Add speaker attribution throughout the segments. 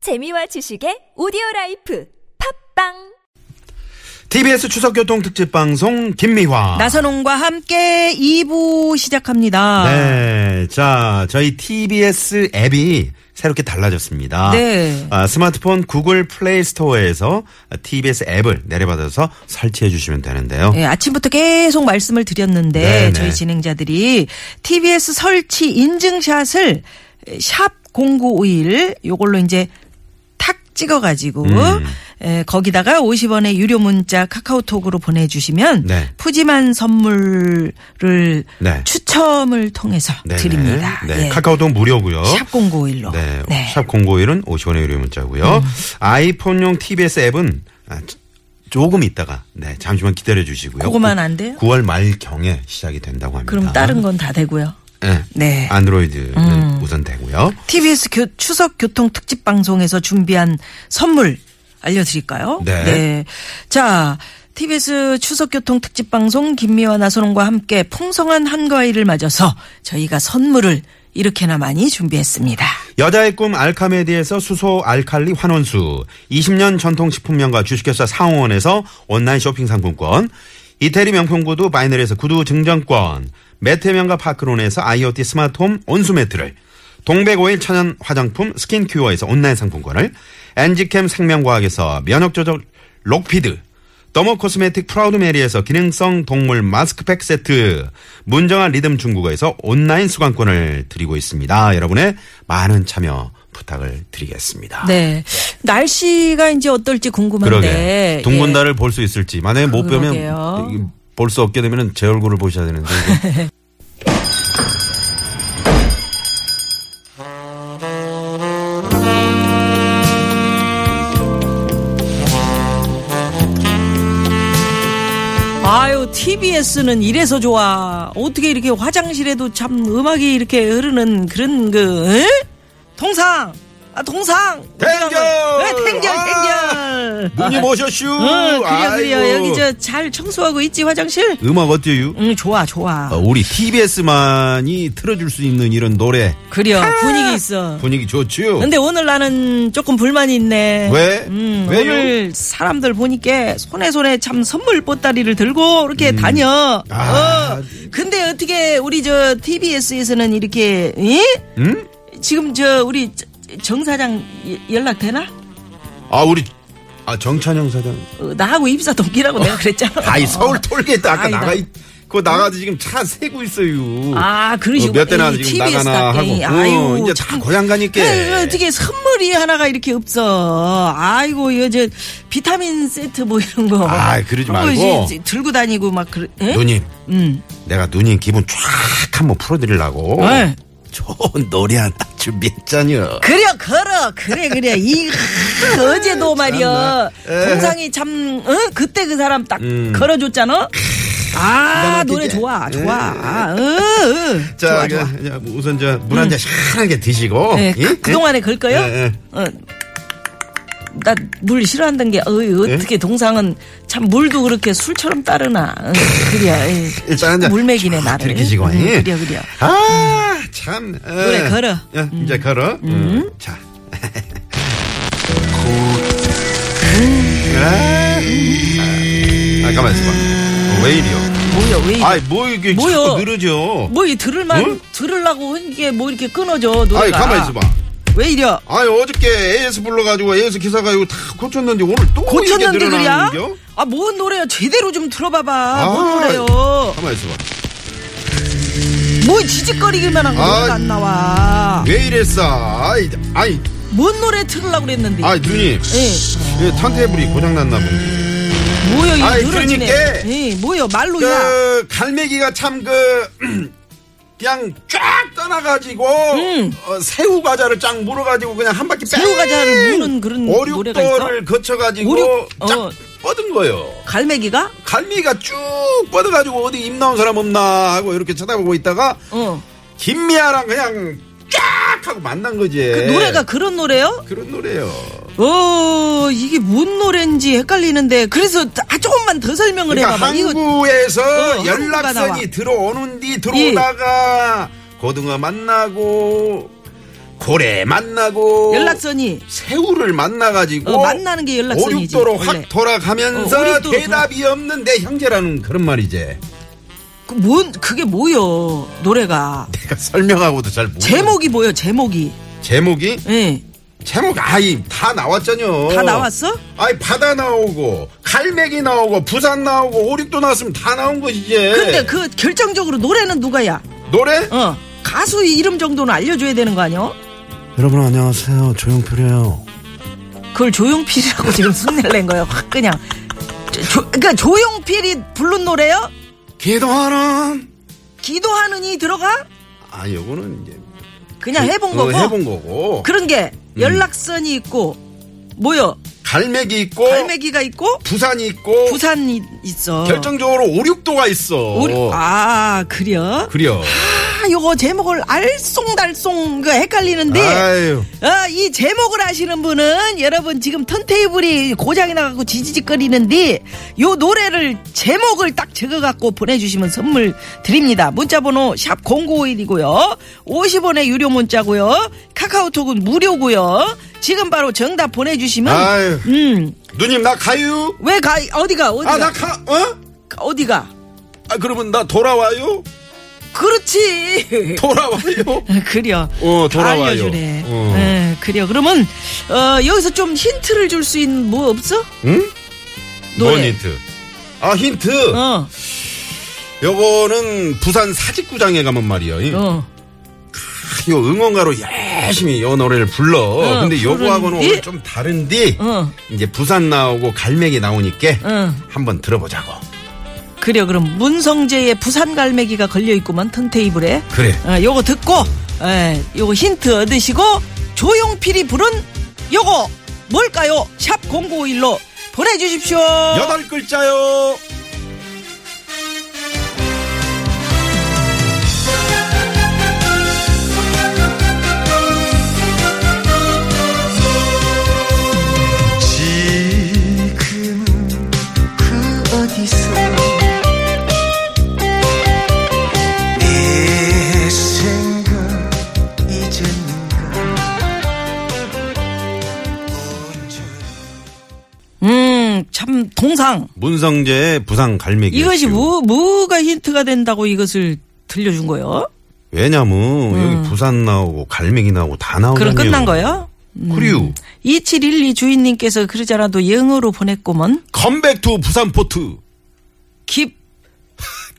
Speaker 1: 재미와 지식의 오디오 라이프 팝빵
Speaker 2: TBS 추석 교통 특집 방송 김미화.
Speaker 3: 아. 나선홍과 함께 2부 시작합니다.
Speaker 2: 네. 자, 저희 TBS 앱이 새롭게 달라졌습니다.
Speaker 3: 네.
Speaker 2: 아, 스마트폰 구글 플레이 스토어에서 TBS 앱을 내려받아서 설치해 주시면 되는데요.
Speaker 3: 예, 아침부터 계속 말씀을 드렸는데
Speaker 2: 네네.
Speaker 3: 저희 진행자들이 TBS 설치 인증샷을 샵 0951 요걸로 이제 탁 찍어가지고
Speaker 2: 음.
Speaker 3: 예, 거기다가 50원의 유료 문자 카카오톡으로 보내주시면
Speaker 2: 네.
Speaker 3: 푸짐한 선물을
Speaker 2: 네.
Speaker 3: 추첨을 통해서
Speaker 2: 네네.
Speaker 3: 드립니다.
Speaker 2: 네.
Speaker 3: 예.
Speaker 2: 카카오톡 무료고요.
Speaker 3: 샵 0951로. 음.
Speaker 2: 네. 샵 051은 50원의 유료 문자고요. 아이폰용 TBS 앱은 아, 조- 조금 있다가 네, 잠시만 기다려 주시고요.
Speaker 3: 그거만 안 돼요?
Speaker 2: 9월 말 경에 시작이 된다고 합니다.
Speaker 3: 그럼 다른 건 다 되고요.
Speaker 2: 네.
Speaker 3: 네.
Speaker 2: 안드로이드는 우선 되고요.
Speaker 3: TBS 교- 추석 교통 특집 방송에서 준비한 선물 알려드릴까요?
Speaker 2: 네.
Speaker 3: 자, TBS 추석 교통 특집 방송 김미화 나선홍과 함께 풍성한 한가위를 맞아서 저희가 선물을 이렇게나 많이 준비했습니다.
Speaker 2: 여자의 꿈 알카메디에서 수소 알칼리 환원수, 20년 전통 식품명가 주식회사 상호원에서 온라인 쇼핑 상품권, 이태리 명품 구두 바이널에서 구두 증정권, 매트 명가 파크론에서 IoT 스마트홈 온수 매트를, 동백오일 천연 화장품 스킨큐어에서 온라인 상품권을, 엔지캠 생명과학에서 면역 조절 록피드, 더머 코스메틱 프라우드 메리에서 기능성 동물 마스크팩 세트, 문정한 리듬 중국어에서 온라인 수강권을 드리고 있습니다. 여러분의 많은 참여 부탁을 드리겠습니다.
Speaker 3: 네. 날씨가 이제 어떨지 궁금한데.
Speaker 2: 그러게. 둥근달을 볼 수 있을지. 만약에 못
Speaker 3: 네, 예. 그러게요.
Speaker 2: 뵈면 볼 수 없게 되면 제 얼굴을 보셔야 되는데. 이거.
Speaker 3: 아유, TBS는 이래서 좋아. 어떻게 이렇게 화장실에도 참 음악이 이렇게 흐르는 그런 그, 에? 통상! 아, 통상!
Speaker 2: 탱결!
Speaker 3: 네, 탱결,
Speaker 2: 아,
Speaker 3: 탱결!
Speaker 2: 누님 오셨슈.
Speaker 3: 응, 그려, 그려.
Speaker 2: 아이고.
Speaker 3: 여기 저 잘 청소하고 있지, 화장실?
Speaker 2: 음악 어때요?
Speaker 3: 응, 좋아, 좋아.
Speaker 2: 어, 우리 TBS만이 틀어줄 수 있는 이런 노래
Speaker 3: 그려,
Speaker 2: 아!
Speaker 3: 분위기 있어.
Speaker 2: 분위기 좋지요?
Speaker 3: 근데 오늘 나는 조금 불만이 있네.
Speaker 2: 왜?
Speaker 3: 음,
Speaker 2: 왜요?
Speaker 3: 오늘 사람들 보니까 손에 손에 참 선물 보따리를 들고 이렇게 다녀.
Speaker 2: 음. 아.
Speaker 3: 어. 근데 어떻게 우리 저 TBS에서는 이렇게 예?
Speaker 2: 음?
Speaker 3: 지금 저 우리 정 사장 연락 되나?
Speaker 2: 아 우리 아 정찬영 사장.
Speaker 3: 어, 나하고 입사 동기라고 내가 그랬잖아.
Speaker 2: 어. 아이 서울 톨게이트 아까
Speaker 3: 아이, 나-
Speaker 2: 나가 있, 그거 나가서 지금 차 세고 있어요.
Speaker 3: 아, 그러시구나.
Speaker 2: 몇 대나
Speaker 3: 이
Speaker 2: 지금
Speaker 3: TBS
Speaker 2: 나가나
Speaker 3: 답게.
Speaker 2: 하고.
Speaker 3: 아유,
Speaker 2: 어, 이제
Speaker 3: 참.
Speaker 2: 다 고향 가니까.
Speaker 3: 에, 어떻게 선물이 하나가 이렇게 없어. 아이고, 이거 저 비타민 세트 뭐 이런 거.
Speaker 2: 아이, 그러지
Speaker 3: 그런 거
Speaker 2: 말고.
Speaker 3: 이제 들고 다니고 막 그래. 에?
Speaker 2: 누님,
Speaker 3: 음.
Speaker 2: 내가 누님 기분 쫙 한번 풀어드리려고.
Speaker 3: 네.
Speaker 2: 좋은 노래 하나 딱 준비했잖여.
Speaker 3: 그래 걸어 그래 그래 이 어제도 말이야
Speaker 2: 참나.
Speaker 3: 동상이 참 어? 그때 그 사람 딱
Speaker 2: 네. 예. 음.
Speaker 3: 걸어줬잖아 아
Speaker 2: 막히지?
Speaker 3: 노래 좋아
Speaker 2: 예.
Speaker 3: 좋아 아, 어, 어.
Speaker 2: 자,
Speaker 3: 좋아 좋아
Speaker 2: 그, 자, 우선 저 물 한 잔 시원하게 드시고.
Speaker 3: 예,
Speaker 2: 예?
Speaker 3: 그, 그동안에 걸 거요?
Speaker 2: 예, 예.
Speaker 3: 어. 나 물 싫어한다는 게 어,
Speaker 2: 예?
Speaker 3: 어떻게 동상은 참 물도 그렇게 술처럼 따르나 어, 그래
Speaker 2: 일단 한잔
Speaker 3: 물맥이네
Speaker 2: 쫙
Speaker 3: 나를
Speaker 2: 들이키시고,
Speaker 3: 음,
Speaker 2: 예.
Speaker 3: 그래 그래
Speaker 2: 아, 참. 예.
Speaker 3: 노래 걸어.
Speaker 2: 예, 이제 걸어. 음. 자.
Speaker 3: 음.
Speaker 2: 아, 아, 가만 있어봐. 왜 이리요?
Speaker 3: 뭐야 왜 이래
Speaker 2: 아이, 뭐 이게
Speaker 3: 뭐요?
Speaker 2: 자꾸 늘어져.
Speaker 3: 뭐 이 들을만
Speaker 2: 응?
Speaker 3: 들으려고 한 게 뭐 이렇게 끊어져 노래가
Speaker 2: 아이, 가만 있어봐. 뭐
Speaker 3: 왜 이래
Speaker 2: 아이, 어저께 AS 불러가지고 AS 기사가 이거 다 고쳤는데 오늘 또 이렇게
Speaker 3: 고쳤는데 그래야?
Speaker 2: 늘어나는 겨?
Speaker 3: 아 뭔 노래야 제대로 좀 들어봐봐 뭔
Speaker 2: 아이,
Speaker 3: 노래요
Speaker 2: 가만 있어봐.
Speaker 3: 뭐 지직거리기만 한 거
Speaker 2: 아이. 예.
Speaker 3: 노래가 안 나와
Speaker 2: 왜 이랬어? 아이, 아이,
Speaker 3: 뭔 노래 틀으려고 그랬는데
Speaker 2: 아이, 누님.
Speaker 3: 예.
Speaker 2: 예, 탄테이블이 고장났나 보네.
Speaker 3: 뭐야
Speaker 2: 아이,
Speaker 3: 이거 늘어지네
Speaker 2: 그러니까.
Speaker 3: 예, 뭐야 말로야
Speaker 2: 그, 갈매기가 참 그, 그냥 쫙 떠나가지고, 어, 새우 과자를 쫙 물어가지고 그냥 한 바퀴
Speaker 3: 음. 새우
Speaker 2: 뺑
Speaker 3: 과자를 무는 그런 노래가 있어?
Speaker 2: 오륙도를 거쳐가지고
Speaker 3: 오륙- 어.
Speaker 2: 쫙 뻗은 거예요.
Speaker 3: 갈매기가
Speaker 2: 갈미가 쭉 뻗어가지고 어디 입 나온 사람 없나 하고 이렇게 쳐다보고 있다가
Speaker 3: 어
Speaker 2: 김미아랑 그냥 쫙 하고 만난 거지.
Speaker 3: 그 노래가 그런 노래요
Speaker 2: 그런 노래요.
Speaker 3: 어 이게 뭔 노래인지 헷갈리는데 그래서 아, 조금만 더 설명을
Speaker 2: 그러니까
Speaker 3: 해봐봐 이거
Speaker 2: 항구에서
Speaker 3: 어, 항구가 나와. 예.
Speaker 2: 연락선이 들어오는 뒤 들어오다가 고등어 만나고 고래 만나고
Speaker 3: 연락선이
Speaker 2: 새우를 만나가지고
Speaker 3: 어, 만나는 게 연락선이지,
Speaker 2: 오륙도로
Speaker 3: 원래.
Speaker 2: 확 돌아가면서
Speaker 3: 어, 오륙도로
Speaker 2: 대답이 없는 내 형제라는 그런 말이지.
Speaker 3: 그 뭔, 그게 뭐요? 노래가.
Speaker 2: 내가 설명하고도 잘 모르.
Speaker 3: 제목이 뭐요? 제목이.
Speaker 2: 제목이
Speaker 3: 예.
Speaker 2: 제목 아이 다 나왔잖여.
Speaker 3: 다 나왔어?
Speaker 2: 아이 바다 나오고 갈매기 나오고 부산 나오고 오륙도 나왔으면 다 나온 거지 이제.
Speaker 3: 근데 그 결정적으로 노래는 누가야?
Speaker 2: 노래?
Speaker 3: 어. 가수 이름 정도는 알려줘야 되는 거 아니야?
Speaker 2: 여러분 안녕하세요 조용필이에요.
Speaker 3: 그걸 조용필이라고 지금 흉내를 낸 거예요. 확 그냥. 조, 조, 그러니까 조용필이 부른 노래요?
Speaker 2: 기도하는
Speaker 3: 기도하느니 들어가?
Speaker 2: 아 요거는 이제
Speaker 3: 그냥 해본
Speaker 2: 어, 음.
Speaker 3: 거고.
Speaker 2: 해본 거고
Speaker 3: 그런 게 연락선이 있고 뭐요?
Speaker 2: 갈매기 있고
Speaker 3: 갈매기가 있고
Speaker 2: 부산이 있고
Speaker 3: 부산이 있어.
Speaker 2: 결정적으로 오륙도가 있어.
Speaker 3: 우리 아 그려?
Speaker 2: 그래요.
Speaker 3: 아 요거 제목을 알쏭달쏭 그 헷갈리는데.
Speaker 2: 아유.
Speaker 3: 어, 이 제목을 아시는 분은 여러분 지금 턴테이블이 고장이 나갖고 지지직거리는데 요 노래를 제목을 딱 적어갖고 보내주시면 선물 드립니다. 문자번호 샵 0951이고요. 50원의 유료 문자고요. 카카오톡은 무료고요. 지금 바로 정답 보내주시면
Speaker 2: 아유.
Speaker 3: 음,
Speaker 2: 누님 나 가요.
Speaker 3: 왜 가, 어디가, 어디가,
Speaker 2: 아 나 가. 어?
Speaker 3: 어디가.
Speaker 2: 아 그러면 나 돌아와요.
Speaker 3: 그렇지.
Speaker 2: 돌아와요.
Speaker 3: 그려.
Speaker 2: 어, 돌아와요.
Speaker 3: 알려주래.
Speaker 2: 어.
Speaker 3: 예, 그려. 그러면 어, 여기서 좀 힌트를 줄 수 있는 뭐 없어?
Speaker 2: 응?
Speaker 3: 노래.
Speaker 2: 뭔 힌트? 아 힌트.
Speaker 3: 어,
Speaker 2: 요거는 부산 사직구장에 가면 말이요. 이
Speaker 3: 어.
Speaker 2: 이 응원가로 열심히 요 노래를 불러.
Speaker 3: 어,
Speaker 2: 근데 요거하고는
Speaker 3: 부르는데?
Speaker 2: 오늘 좀 다른데
Speaker 3: 어.
Speaker 2: 이제 부산 나오고 갈매기 나오니까
Speaker 3: 어.
Speaker 2: 한번 들어보자고.
Speaker 3: 그래 그럼 문성재의 부산 갈매기가 걸려 있구만 턴테이블에.
Speaker 2: 그래.
Speaker 3: 어, 요거 듣고 예, 요거 힌트 얻으시고 조용필이 부른 요거 뭘까요? 샵 0951로 보내 주십시오.
Speaker 2: 여덟 글자요.
Speaker 4: 지금 그 어디서 내 생각 잊었는가
Speaker 3: 음, 참 동상.
Speaker 2: 문성재의 부산 갈매기.
Speaker 3: 이것이 뭐 뭐가 힌트가 된다고 이것을 들려준 거요?
Speaker 2: 왜냐면 여기 부산 나오고 갈매기 나오고 다 나오고.
Speaker 3: 어. 그럼 끝난 거요? 음.
Speaker 2: 그리고
Speaker 3: 2712 주인님께서 그러자라도 영어로 보냈구먼.
Speaker 2: 컴백 투 부산 포트.
Speaker 3: 음. 깁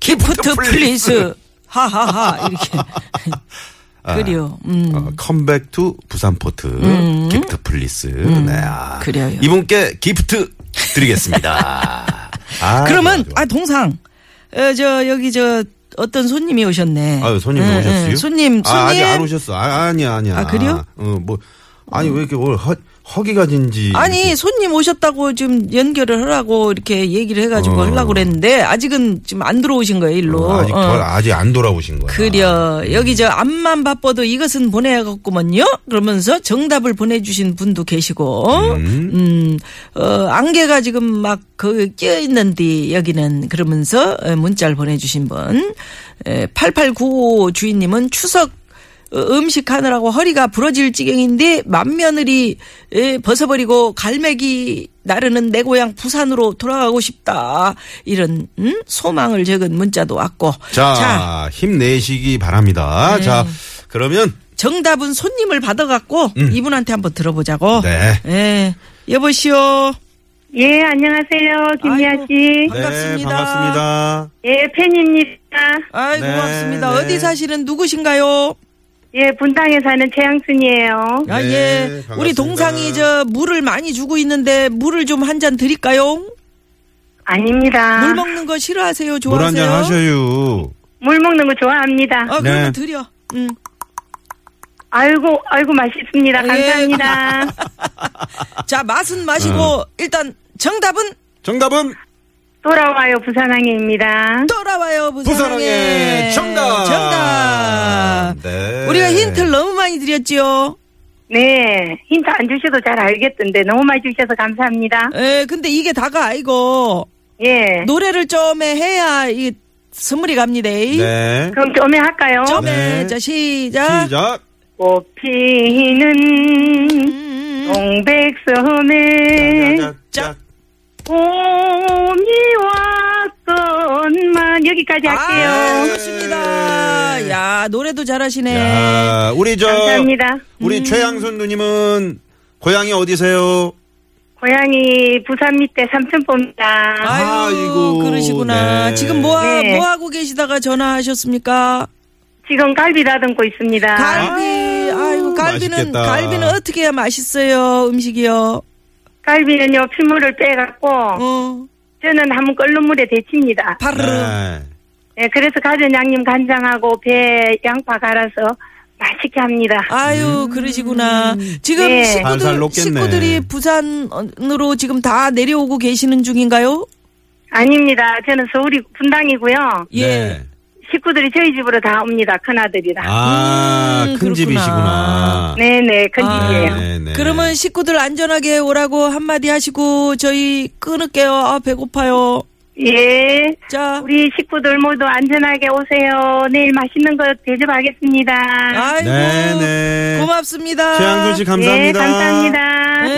Speaker 3: 기프트 플리즈. 하하하 이렇게. 그래요. 음.
Speaker 2: 어, 컴백 투 부산 포트. 기프트 플리스. 네. 아.
Speaker 3: 음. 그래요.
Speaker 2: 이분께 기프트 드리겠습니다. 아,
Speaker 3: 그러면
Speaker 2: 좋아, 좋아.
Speaker 3: 아 동상 어, 저 여기 저 어떤 손님이 오셨네.
Speaker 2: 아유, 손님
Speaker 3: 예,
Speaker 2: 오셨어요?
Speaker 3: 예, 손님 손님.
Speaker 2: 아, 아직 안 오셨어. 아, 아니야, 아니야.
Speaker 3: 아, 그래요?
Speaker 2: 어, 뭐, 아니, 왜 이렇게 오늘 허, 허기가진지.
Speaker 3: 아니 손님 오셨다고 지금 연결을 하라고 이렇게 얘기를 해가지고 하려고 그랬는데 아직은 지금 안 들어오신 거예요 일로.
Speaker 2: 어. 아직,
Speaker 3: 어.
Speaker 2: 덜, 아직 안 돌아오신 거야.
Speaker 3: 그려 여기 저 앞만 바빠도 이것은 보내야겠구먼요 그러면서 정답을 보내주신 분도 계시고 음, 어, 안개가 지금 막 거기 끼어있는데 여기는 그러면서 어, 문자를 보내주신 분 8895 주인님은 추석 어, 음식 하느라고 허리가 부러질 지경인데 맏며느리 에, 벗어버리고 갈매기 나르는 내 고향 부산으로 돌아가고 싶다 이런 음? 소망을 적은 문자도 네. 왔고
Speaker 2: 자, 힘내시기 바랍니다. 자, 그러면
Speaker 3: 정답은 손님을 받아갖고 이분한테 한번 들어보자고.
Speaker 2: 음. 네.
Speaker 3: 예. 여보시오.
Speaker 5: 예, 안녕하세요. 김미아
Speaker 3: 아이고.
Speaker 5: 씨.
Speaker 3: 반갑습니다.
Speaker 2: 네, 반갑습니다.
Speaker 5: 예, 팬입니다.
Speaker 3: 아이
Speaker 2: 네,
Speaker 3: 고맙습니다.
Speaker 2: 네.
Speaker 3: 어디 사시는 누구신가요?
Speaker 5: 예, 분당에 사는 최양순이에요.
Speaker 3: 아
Speaker 2: 네,
Speaker 3: 예. 우리
Speaker 2: 반갑습니다.
Speaker 3: 동상이 저 물을 많이 주고 있는데 물을 좀 한 잔 드릴까요?
Speaker 5: 아닙니다.
Speaker 3: 물 먹는 거 싫어하세요?
Speaker 2: 물 한
Speaker 3: 좋아하세요?
Speaker 2: 잔 하셔요.
Speaker 5: 물 먹는 거 좋아합니다.
Speaker 3: 아
Speaker 2: 네.
Speaker 3: 그러면 드려. 음.
Speaker 5: 아이고, 아이고, 맛있습니다.
Speaker 3: 예.
Speaker 5: 감사합니다.
Speaker 3: 자 맛은 마시고
Speaker 2: 음.
Speaker 3: 일단 정답은
Speaker 2: 정답은
Speaker 5: 돌아와요, 부산항해입니다.
Speaker 3: 돌아와요 부산항에.
Speaker 2: 부산항의 정답.
Speaker 3: 정답.
Speaker 2: 네.
Speaker 3: 우리가 힌트를 너무 많이 드렸지요.
Speaker 5: 네, 힌트 안 주셔도 잘 알겠던데 너무 많이 주셔서 감사합니다.
Speaker 3: 예. 근데 이게 다가 아니고
Speaker 5: 예,
Speaker 3: 노래를 좀 해야 이 선물이 갑니다.
Speaker 2: 네.
Speaker 5: 그럼 좀에 할까요?
Speaker 3: 점에
Speaker 2: 네.
Speaker 3: 자 시작.
Speaker 2: 시작.
Speaker 5: 꽃피는
Speaker 3: 음.
Speaker 5: 동백섬에
Speaker 2: 짝.
Speaker 5: 봄이 왔건만 여기까지 할게요.
Speaker 3: 아, 좋습니다. 야, 노래도 잘하시네.
Speaker 2: 네. 야, 우리 저
Speaker 5: 감사합니다.
Speaker 2: 우리
Speaker 3: 음.
Speaker 2: 최양순 누님은 고향이 어디세요?
Speaker 5: 고향이 부산 밑에 삼천포입니다.
Speaker 3: 아이고,
Speaker 2: 아이고,
Speaker 3: 그러시구나.
Speaker 2: 네.
Speaker 3: 지금 뭐, 하-
Speaker 5: 네.
Speaker 3: 뭐 하고 계시다가 전화하셨습니까?
Speaker 5: 지금 갈비 다듬고 있습니다.
Speaker 3: 갈비. 아이고, 갈비는,
Speaker 2: 맛있겠다.
Speaker 3: 갈비는 어떻게 해야 맛있어요? 음식이요.
Speaker 5: 갈비는요 피물을 빼갖고
Speaker 3: 어,
Speaker 5: 저는 한번 끓는 물에 데칩니다.
Speaker 3: 바르르.
Speaker 2: 네.
Speaker 5: 예, 그래서 가전 양념 간장하고 배 양파 갈아서 맛있게 합니다.
Speaker 3: 아유, 그러시구나. 지금
Speaker 5: 네.
Speaker 2: 살살
Speaker 3: 식구들,
Speaker 2: 음. 녹겠네.
Speaker 3: 식구들이 부산으로 지금 다 내려오고 계시는 중인가요?
Speaker 5: 아닙니다. 저는 서울이 분당이고요.
Speaker 3: 예.
Speaker 2: 네.
Speaker 5: 식구들이 저희 집으로 다 옵니다. 큰 아들이라.
Speaker 2: 아,
Speaker 3: 음,
Speaker 2: 큰
Speaker 3: 그렇구나.
Speaker 2: 집이시구나.
Speaker 5: 네네 큰
Speaker 3: 아.
Speaker 5: 집이에요.
Speaker 2: 네, 네.
Speaker 3: 그러면 식구들 안전하게 오라고 한마디 하시고 저희 끊을게요. 아, 배고파요.
Speaker 5: 예.
Speaker 3: 자.
Speaker 5: 우리 식구들 모두 안전하게 오세요. 내일 맛있는 거 대접하겠습니다.
Speaker 3: 아이고.
Speaker 2: 네, 네.
Speaker 3: 고맙습니다.
Speaker 2: 최양순 씨
Speaker 5: 예,
Speaker 2: 감사합니다.
Speaker 5: 감사합니다.
Speaker 3: 네.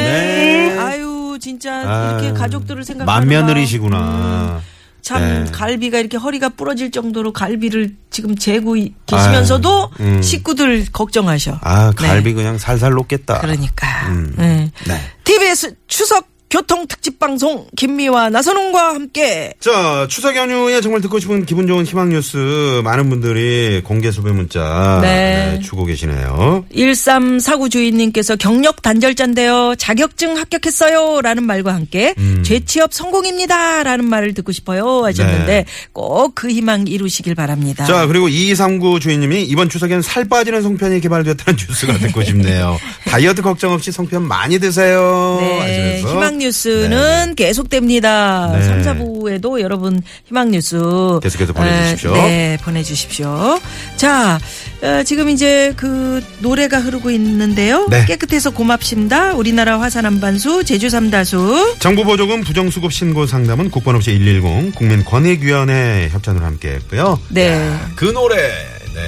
Speaker 2: 네.
Speaker 3: 아유, 진짜
Speaker 2: 아유,
Speaker 3: 이렇게 가족들을 생각하는
Speaker 2: 만며느리시구나.
Speaker 3: 참
Speaker 2: 네.
Speaker 3: 갈비가 이렇게 허리가 부러질 정도로 갈비를 지금 재고 이- 계시면서도
Speaker 2: 아유, 음.
Speaker 3: 식구들 걱정하셔.
Speaker 2: 아, 갈비
Speaker 3: 네.
Speaker 2: 그냥 살살 녹겠다.
Speaker 3: 그러니까.
Speaker 2: 음.
Speaker 3: 네.
Speaker 2: 네.
Speaker 3: TBS 추석 교통 특집 방송 김미화 나선홍과 함께
Speaker 2: 자, 추석 연휴에 정말 듣고 싶은 기분 좋은 희망 뉴스 많은 분들이 공개 수배 문자
Speaker 3: 네.
Speaker 2: 네, 주고 계시네요.
Speaker 3: 1349 주인님께서 경력 단절자인데요. 자격증 합격했어요. 라는 말과 함께
Speaker 2: 음.
Speaker 3: 재취업 성공입니다. 라는 말을 듣고 싶어요. 하셨는데
Speaker 2: 네.
Speaker 3: 꼭 그 희망 이루시길 바랍니다.
Speaker 2: 자, 그리고 2239 주인님이 이번 추석엔 살 빠지는 송편이 개발되었다는 뉴스가 듣고 싶네요. 다이어트 걱정 없이 송편 많이 드세요.
Speaker 3: 네,
Speaker 2: 하시면서.
Speaker 3: 희망 뉴스는 계속됩니다.
Speaker 2: 네.
Speaker 3: 3, 4부에도 여러분 희망 뉴스
Speaker 2: 계속해서
Speaker 3: 에,
Speaker 2: 보내주십시오.
Speaker 3: 네, 보내주십시오. 자, 어, 지금 이제 그 노래가 흐르고 있는데요.
Speaker 2: 네.
Speaker 3: 깨끗해서 고맙습니다. 우리나라 화산 한반수 제주 삼다수.
Speaker 2: 정부 보조금 부정수급 신고 상담은 국번 없이 110 국민권익위원회 협찬으로 함께했고요.
Speaker 3: 네.
Speaker 2: 그 노래. 네.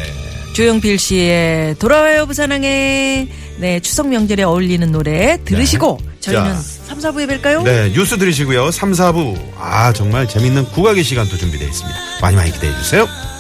Speaker 3: 조영필 씨의 돌아와요 부산항에 네 추석 명절에 어울리는 노래 들으시고 저희는
Speaker 2: 자.
Speaker 3: 3, 4부에 뵐까요?
Speaker 2: 네, 뉴스 들으시고요. 3, 4부. 아, 정말 재밌는 국악의 시간도 준비되어 있습니다. 많이 많이 기대해 주세요.